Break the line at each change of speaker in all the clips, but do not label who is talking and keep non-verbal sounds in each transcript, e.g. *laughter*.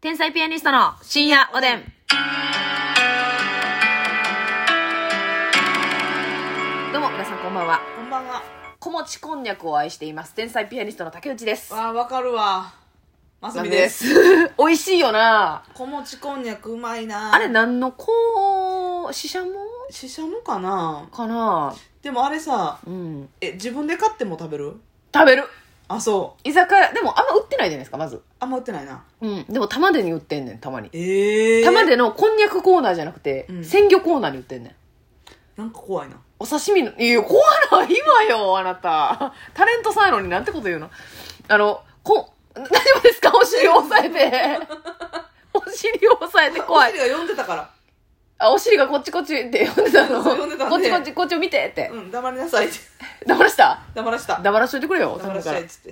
天才ピアニストの深夜おでん。どうも、皆さんこんばんは。
こんばんは。
子持ちこんにゃくを愛しています。天才ピアニストの竹内です。
わあ、わかるわ。ますすみです。
す。 *laughs* 美味しいよな
子持ちこんにゃくうまいな。
あれ何のこう、ししゃも
ししゃもかな
かな
でもあれさ、
うん。
え、自分で買っても食べる
食べる。
あ、そう。
居酒屋、でもあんま売ってないじゃないですか、まず。
あんま売ってないな。
うん。でも玉でに売ってんねん、たまに。
ええー。
玉。でのこんにゃくコーナーじゃなくて、
うん
鮮魚コーナーに売ってんねん。
なんか怖いな。
お刺身の、いや、怖ないわよ、あなた。タレントさんやのになんてこと言うのあの、こ、大丈夫ですかお尻を押さえ
*laughs*
て。お尻を押さえて怖い
お。尻が呼んでたから。
あ、お尻がこっちこっちって呼んでたの。
そう呼んでたね
こっちこっち、こっちを見てって。
うん、黙りなさい *laughs* って。
黙らした
黙らした。
黙らしといてくれよ、
黙らし
頼む
たいっ
か
つって。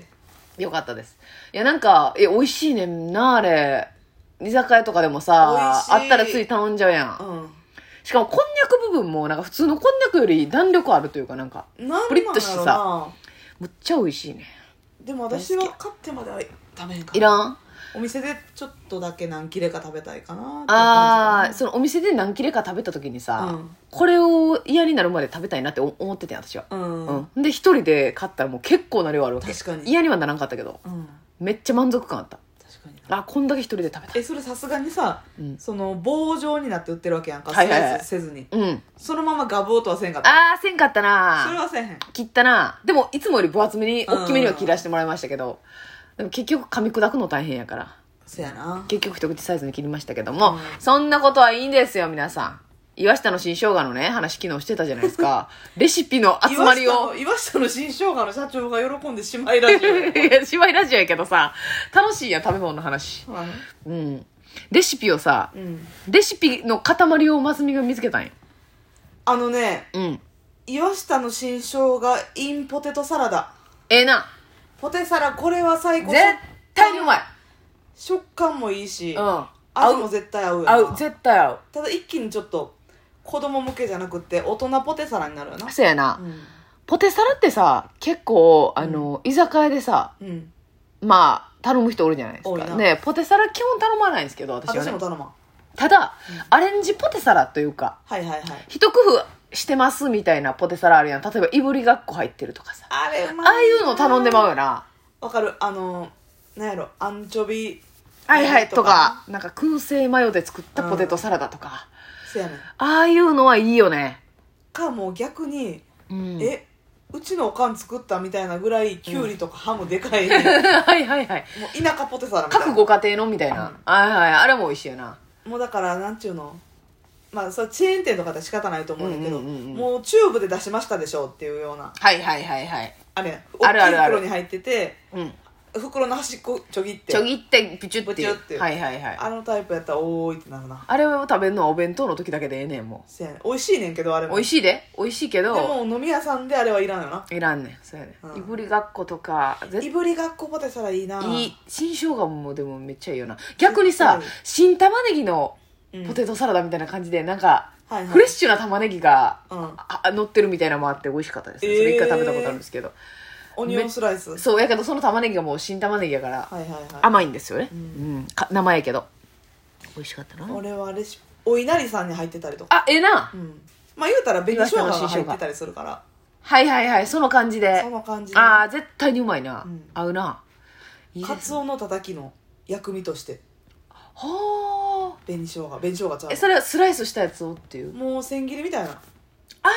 らよかったです。いや、なんか、え、美味しいねんな、あれ。居酒屋とかでもさ、
美味
あ
しい
ったらつい頼んじゃうやん。
う
しかも、こんにゃく部分も、なんか普通のこんにゃくより弾力あるというか、なんか、
ん。なんなん
プリッとして
や
さ
ろな。
むっちゃ美味しいね。
でも私は買ってまでは食べへんか
い
ら。
らん
お店でちょっとだけ何切れか食べたいかなっていう
ああ
感じか
そのお店で何切れか食べた時にさ、
うん
これを嫌になるまで食べたいなって思思っててん私は、
な。うん。
うんで一人で買ったらもう結構な量あるわけ
確かに
嫌にはならんかったけど
うん。
めっちゃ満足感あった
確かにな。
あこんだけ一人で食べた
えそれさすがにさ、
うん
その棒状になって売ってるわけやんか、
はいはいはい
スライスせずに
うん
そのままガブーとはせんかった
ああせんかった
それ
な
はせえへん
切ったなでもいつもより分厚めに
うん
大きめには切らしてもらいましたけどでも結局噛み砕くの大変やから
そやな
結局一口サイズに切りましたけども、
うん
そんなことはいいんですよ皆さん岩下の新生姜のね話昨日してたじゃないです
*laughs*
かレシピの集まりを
岩下の岩下の新生姜の社長が喜んでしまいラジオ
*laughs* いや、芝居ラジオやけどさ、楽しいやん、食べ物の話。
はい
うん。レシピをさ
う、ん
レシピの塊をマスミが見つけたんよ。
あのね
うん。
岩下の新生姜インポテトサラダ
ええな。
ポテサラこれは最高
絶対にうまい。
食感もいいし、
うん。
味も絶対合うよな
合う。絶対合
ただ一気にちょっと子供向けじゃなくて大人ポテサラになるよな
う。そうやな。
う
ポテサラってさ、結構、あの、居酒屋でさ、
ん、うん、
まあ、頼む人おるじゃないで
多
す
い
か。
な
ねポテサラ基本頼まないんですけど、私は
私も
ね。
頼まんは
ただ、アレンジポテサラというか、
いはいはい
一工夫してますみたいなポテサラあるやん。例えば、いぶりがっこ入ってるとかさ。
あれうまい
ああいうの頼んでまうよな。
わかるあのなんやろアンチョビ
はいはいとか、なんか燻製マヨで作ったポテトサラダとか、
せやねん
ああいうのはいいよね。
かもう逆に、
うん。
えうちのおかん作ったみたいなぐらいきゅうりとかハムで
*laughs*
かい、
*laughs*
も
はいはいはい。
う田舎ポテサラみたい
各
な
ご家庭のみたいな。はいはい。あれも美味しいよな。
もうだからなんちゅうのまあそれチェーン店とかで仕方ないと思うんだけど、
うんうんうんうん
もうチューブで出しましたでしょっていうような
はいはいはいはい。
あれやん
あるあるある
大きい袋に入ってて
うん。
袋の端っこちょぎって
ちょぎって、ピチュっていう。
ピチュって
はいはいはい。
あのタイプやったら多いってなるな
あれを食べるのはお弁当の時だけでええねん、も
せやねん美味しいねんけどあれ
う。
も
美味しいで。美味しいけ
で
ど、
も飲み屋さんであれはいらんよない
らんねん。そうやね
うん
ん。いぶりがっことか、
い
絶
ぶりがっこポテサラいいな
対いい。新生姜もでもめっちゃいいよな。逆にさ
絶対、
新玉ねぎの
うん
ポテトサラダみたいな感じで、なんか、
はいはい
フレッシュな玉ねぎが
うん
あ乗ってるみたいなのもあって美味しかったです、ね
えー
それ一回食べたことあるんですけど
オニオンスライスはい
そうやけどその玉ねぎがもう新玉ねぎやから
はいはい
甘いんですよね、う
うんん
か生やけど美味しかったな
俺はレシピお稲荷さんに入ってたりとか
あええな
うんまあ言うたら紅生姜が入ってたりするか
はいはいはいその感じ
ら
で
その感じ
ああ絶対にうまいな、
うん
合うないい
カ
です
ツオのたたきの薬味として
はあ
紅生姜紅生姜ちゃ
えそれはスライスしたやつをっていう
うもう千切りみたいな
あ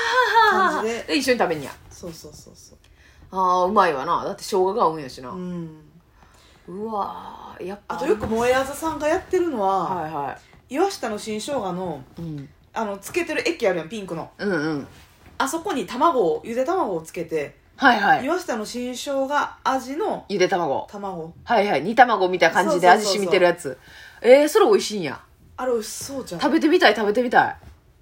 感じで
で一緒に食べんや
そうそうそうそう
ああうまいわなだって生姜が合うんやしな、う
うん
わーやっぱ
あとよくもえあずさんがやってるのは
はいは
岩下の新生姜の
い、うん、
あのつけてる液あるやんピンクの
うんうん
あそこに卵をゆで卵をつけて
はいはい
岩下の新生姜味の
ゆで卵
卵
はいはい煮卵みたいな感じで味染みてるやつえー、それ美味しいんや
あれ美味しそうじゃん
食べてみたい食べてみたい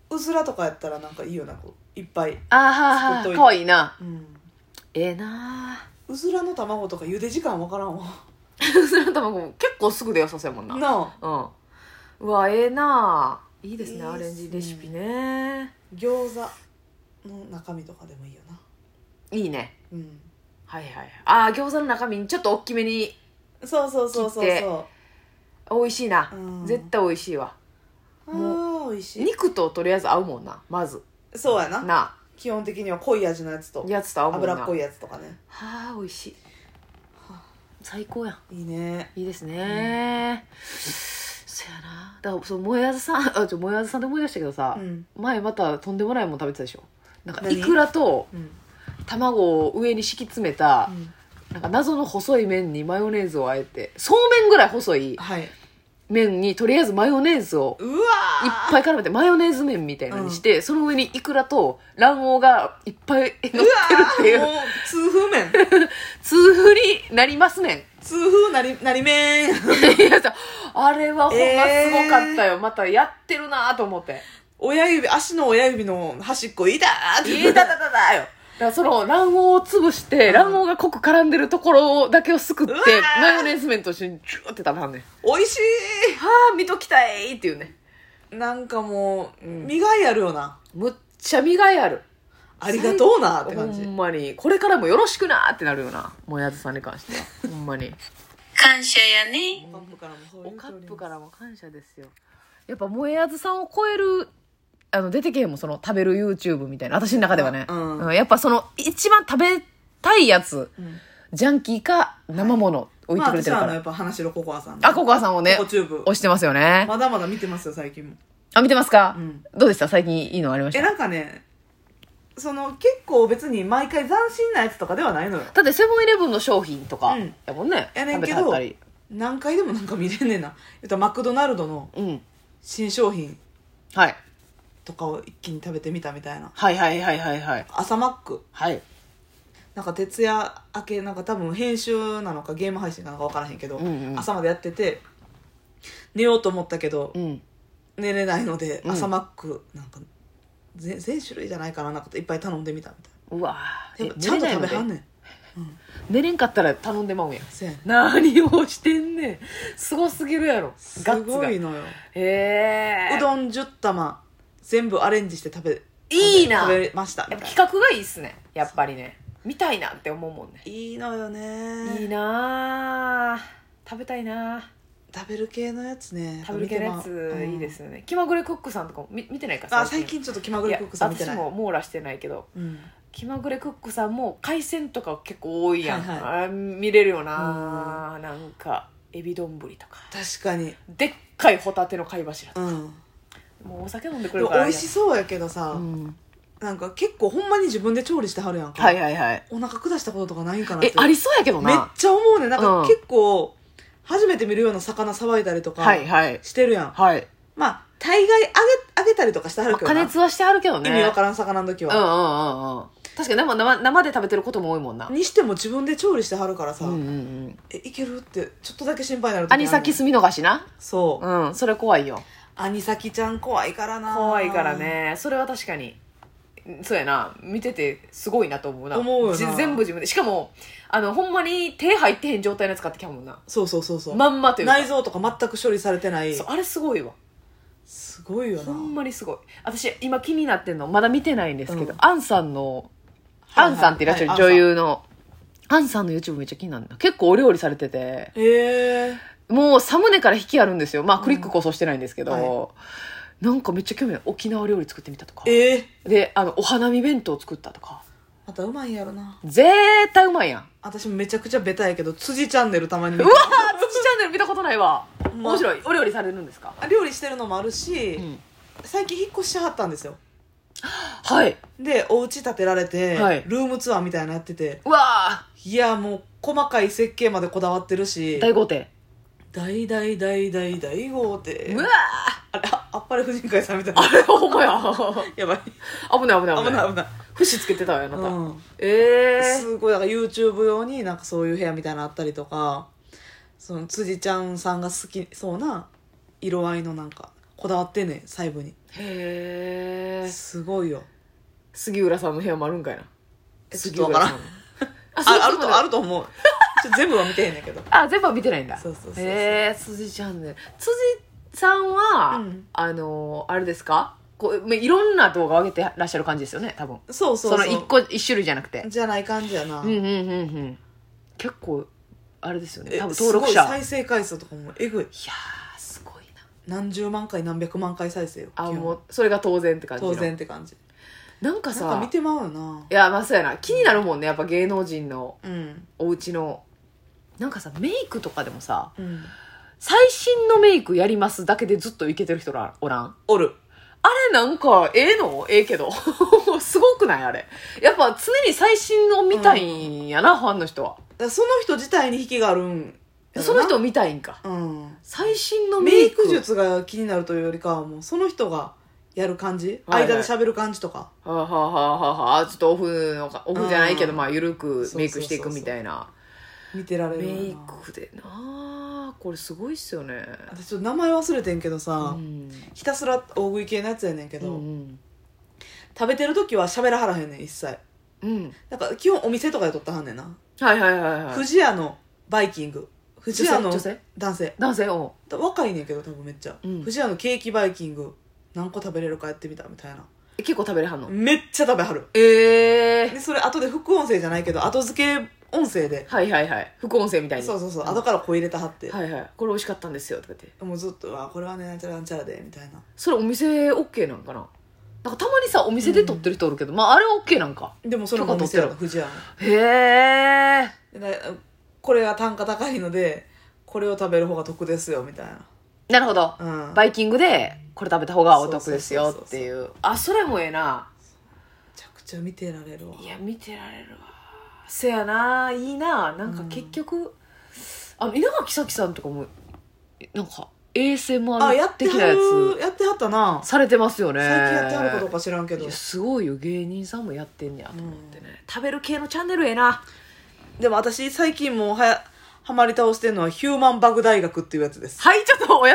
う
ずらとかやったらなんかいいよなこういっぱい、
あーはー
作
は
っと
ー
いて
かわいいな
うん、
ええな
うずらの卵とか茹で時間わからんわ
ー *laughs* うずらの卵も結構すぐで良さそうやもんな
なあ
うんうわええなーいいですね
いいっすね
アレンジレシピね
餃子の中身とかでもいいよない
いね
うん
はいはいああ餃子の中身にちょっと大きめに
そうそうそうそう
切って
そ
美味しいな、
うん
絶対美味しいわ
もう美味しい
肉ととりあえず合うもんなまず
そうやな
な
基本的には濃い味のやつと
やつと合うもんな
油っこいやつとかね
はあ美味しい最高やん
いいね
いいですね、そやなだからそうもやずさん *laughs* あちょもやずさんで思い出したけどさ、
うん
前またとんでもないもん食べてたでしょなんか
何
イクラと
うん
卵を上に敷き詰めた
う、ん
なんか謎の細い麺にマヨネーズをあえてそうめんぐらい細い
はい
麺にとりあえずマヨネーズを
う
い
わ
っぱい絡めてマヨネーズ麺みたいなのにして、その上にイクラと卵黄がいっぱい乗ってるっていう
わーもう痛風麺
痛風になります *laughs* ね
痛風なりなり麺
んいやさあれはほんますごかったよ、またやってるなと思って
親指足の親指の端っこ痛ーって
いだだだだよだからその卵黄を潰して
ん
卵黄が濃く絡んでるところだけをすくって
うわー
マヨネーズ麺と一緒にジューって食べはんねん
美味し
はあ見ときたいっていうね
いなんかもう、
うん
身がいあるよな
むっちゃ身がいある
ありがとうなって
ほ
感じ
んまにこれからもよろしくなってなるよなもやずさんに関してはほんまに
感謝やね。
カップからもそう
お
いう
カ
通
ッ
り
プからも感謝ですよやっぱもえあずさんを超えるあの出てけへんもんその食べる YouTube みたいな私の中ではね、
うん
やっぱその一番食べたいやつ、
ん
ジャンキーか生もの置い
まあ
てくれて
私
るか
はあ
ら、
のやっぱ話しろココアさんの
あココアさんをね
ココチューブ
押してますよね、
まだまだ見てますよ最近も
あ見てますか、
うん
どうでした最近いいのありまし
え
た
なんかねその結構別に毎回斬新なやつとかではないのよ
だってセブンイレブンの商品とか
うん
やもんね、
やねん
食べ
け
てはっ
ど
たり
何回でもなんか見れんねんなえっとマクドナルドの
うん
新商品
はい
とかを一気に食べてみたみたいな
はいはいはいはいはい
朝マック
はい
なんか徹夜明けなんか多分編集なのかゲーム配信なのか分からへんけど、
うんうん
朝までやってて寝ようと思ったけど、
うん
寝れないので
ん
朝マックなんか全全種類じゃないかななんかいっぱい頼んでみたみたいう
わー
なで
え
もちゃんと食べ
寝れな
は
い
ん
の
ね
で
ん
寝れんかったら頼んでまうんや
せやねん
何をしてんねんすごすぎるやろ
す
ガッツ
ご
が
いのよ
へえ
うどん10玉全部アレンジして食べ
いいな
食べましたみ
やったぱ
い
企画がいいっすねやっぱりね見たいなって思うもんね
ないいのよね
いいなあ食べたいなあ
食べる系のやつね
食べる系のや
見て
つ
まう
いいですよね気まぐれクックさんとかも見見てないか
あ最近ちょっと気まぐれクックさん見てない
や私も網羅してないけど
うん
気まぐれクックさんも海鮮とか結構多いやん、
はい
あ見れるよななんかエビ丼とか
確かに
でっかいホタテの貝柱とか
うん
もうお酒飲んでく
で
れる
も
から
美味しそうやけどさ、
うん
なんか結構ほんまに自分で調理してはるやんか、
はいはいはい
お腹下したこととかないんかなって
えありそうやけどな
めっちゃ思うねなん
う
か
ん
結構初めて見るような魚さばいたりとか
はいはい
してるやん、
はい、
まあ大概揚げ揚げたりとかしては
ま
る
あ、
けど
加
な、
熱はしてあるけどね
意味わからん魚の時
うんう
は、
んうんうん確かに生生生で食べてることも多いもんな
にしても自分で調理してはるからさ、
うんうんうん
えいけるってちょっとだけ心配になる時
アニサキ
ある
スミノガシな
そう、
うんそれ怖いよ
アニサキちゃん怖いからな
怖いからねそれは確かにそうやな見ててすごいなと思うな
思うよな
じ全部自分でしかもあのほんまに手入ってへん状態のやつ買ってきはんもんな
そうそうそうそう、
まんまというか
内臓とか全く処理されてない
そうあれすごいわ
すごいよな
ほんまにすごい私今気になってんのまだ見てないんですけど、
うん
アンさんの
はい
ア
はい
ンさんっていらっしゃる
はい
女優の、アンさんの YouTube めっちゃ気になるな結構お料理されてて
へえ
もうサムネから引きあるんですよまあクリックこそしてないんですけど、
は
なんかめっちゃ興味ある沖縄料理作ってみたとか
ええ
であのお花見弁当作ったとか
またうまいんやろな
絶対うまいやん
私めちゃくちゃベタやけど辻チャンネルたまに見
う
て
わー土チャンネル見たことないわ
んま
面白いお料理されるんですか、
あ料理してるのもあるし、
うん
最近引っ越しはったんですよ
はい
でお家建てられて、
はい
ルームツアーみたいなのやってて
うわ
いやもう細かい設計までこだわってるし
ー大豪邸
大大大大大豪邸
う
*laughs*
わー
あれああっぱれ婦人会さんみたいな
あれほんまや
やばい
危ない危ない
危
危な
な
い
い危ない、
節つけてたわよあなた、
うん、
ええ
すごいなんか YouTube 用になんかそういう部屋みたいなのあったりとかその辻ちゃんさんが好きそうな色合いのなんかこだわってんねん細部に
へえ
すごいよ
杉浦さんの部屋もあるんかいな
えちょっとわからん
杉浦
あ
さんの
あるとあ
る
ると思うちょ全部は見てへんねんけど
あ全部は見てないんだ
そうそうそうそう
へえ辻ちゃんね辻さんは、
うん
あのあれですかこうまいろんな動画を上げてらっしゃる感じですよね多分
そうそ
そ
う
の一個一種類じゃなくて
じゃない感じやな、
うんうんうんうん結構あれですよね
え
多分登録者
すごい再生回数とかもえぐい
いやーすごいな
何十万回何百万回再生よ
あ
基本
もうそれが当然って感じの
当然って感じ
なんか
なん
さ
か見てまうよない
やまあそうやな気になるもんねやっぱ芸能人の
うん
お家のなんかさメイクとかでもさ
うん
最新のメイクやりますだけでずっといけてる人らおらん
おる
あれなんかええのええけど *laughs* すごくないあれやっぱ常に最新を見たいんやな、ファンの人は
だからその人自体に引きがあるんやろな
その人を見たいんか
うん
最新のメ
メ
イ
イ
ク
ク術が気になるというよりかはもうその人がやる感じ、
はいはい
間で喋る感じとか
はあ、はあはあはあはあ、ちょっとオフのかオフじゃないけど、
うん
まあ緩くメイクしていくみたいな
見てられる
メ
よな
イクでなあこれすごいっすよね
私ちょっと名前忘れてんけど
う
さ、
ん
ひたすら大食い系のやつやねんけ
う
ど、
ん
食べてる時は喋らはらへんねん一切
うん
だから基本お店とかで撮ったはんねんな
はいはいはいはい
不二家のバイキング不二家の
女性女性
男性
男性を
だ若いねんけど多分めっちゃ、
うん
不二家のケーキバイキング何個食べれるかやってみたみたいな
結構食べれはんの
めっちゃ食べはる
ええ
でそれ後で副音声じゃないけど後付け音声で
はいはいはい副音声みたいに
そうそうそう
あ
後からこう入れたはって、
はいはいこれ美味しかったんですよとか言って
もうずっと「あこれはねなんちゃらなんちゃらで」みたいな
それお店 OK なんかななんかたまにさお店で撮ってる人おるけど、まああれは OK なんか
でもそれもお店やった不二家
へえ
のでなこれが単価高いのでこれを食べる方が得ですよみたいな
なるほど、
うん
バイキングでこれ食べた方がお得ですよっていうあそれもええな
めちゃくちゃ見てられるわ
いや見てられるわせやないいななんか結局、あの稲垣咲さんとかもなんか ASMR
あやって
的
は
なやつ
るやってはったな
されてますよね
最近やってはるかどうか知らんけど
いやすごいよ芸人さんもやってんねやと思ってね、食べる系のチャンネルええな
でも私最近もうはやはまり倒してるのはヒューマンバグ大学っていうやつです
はいちょっとおや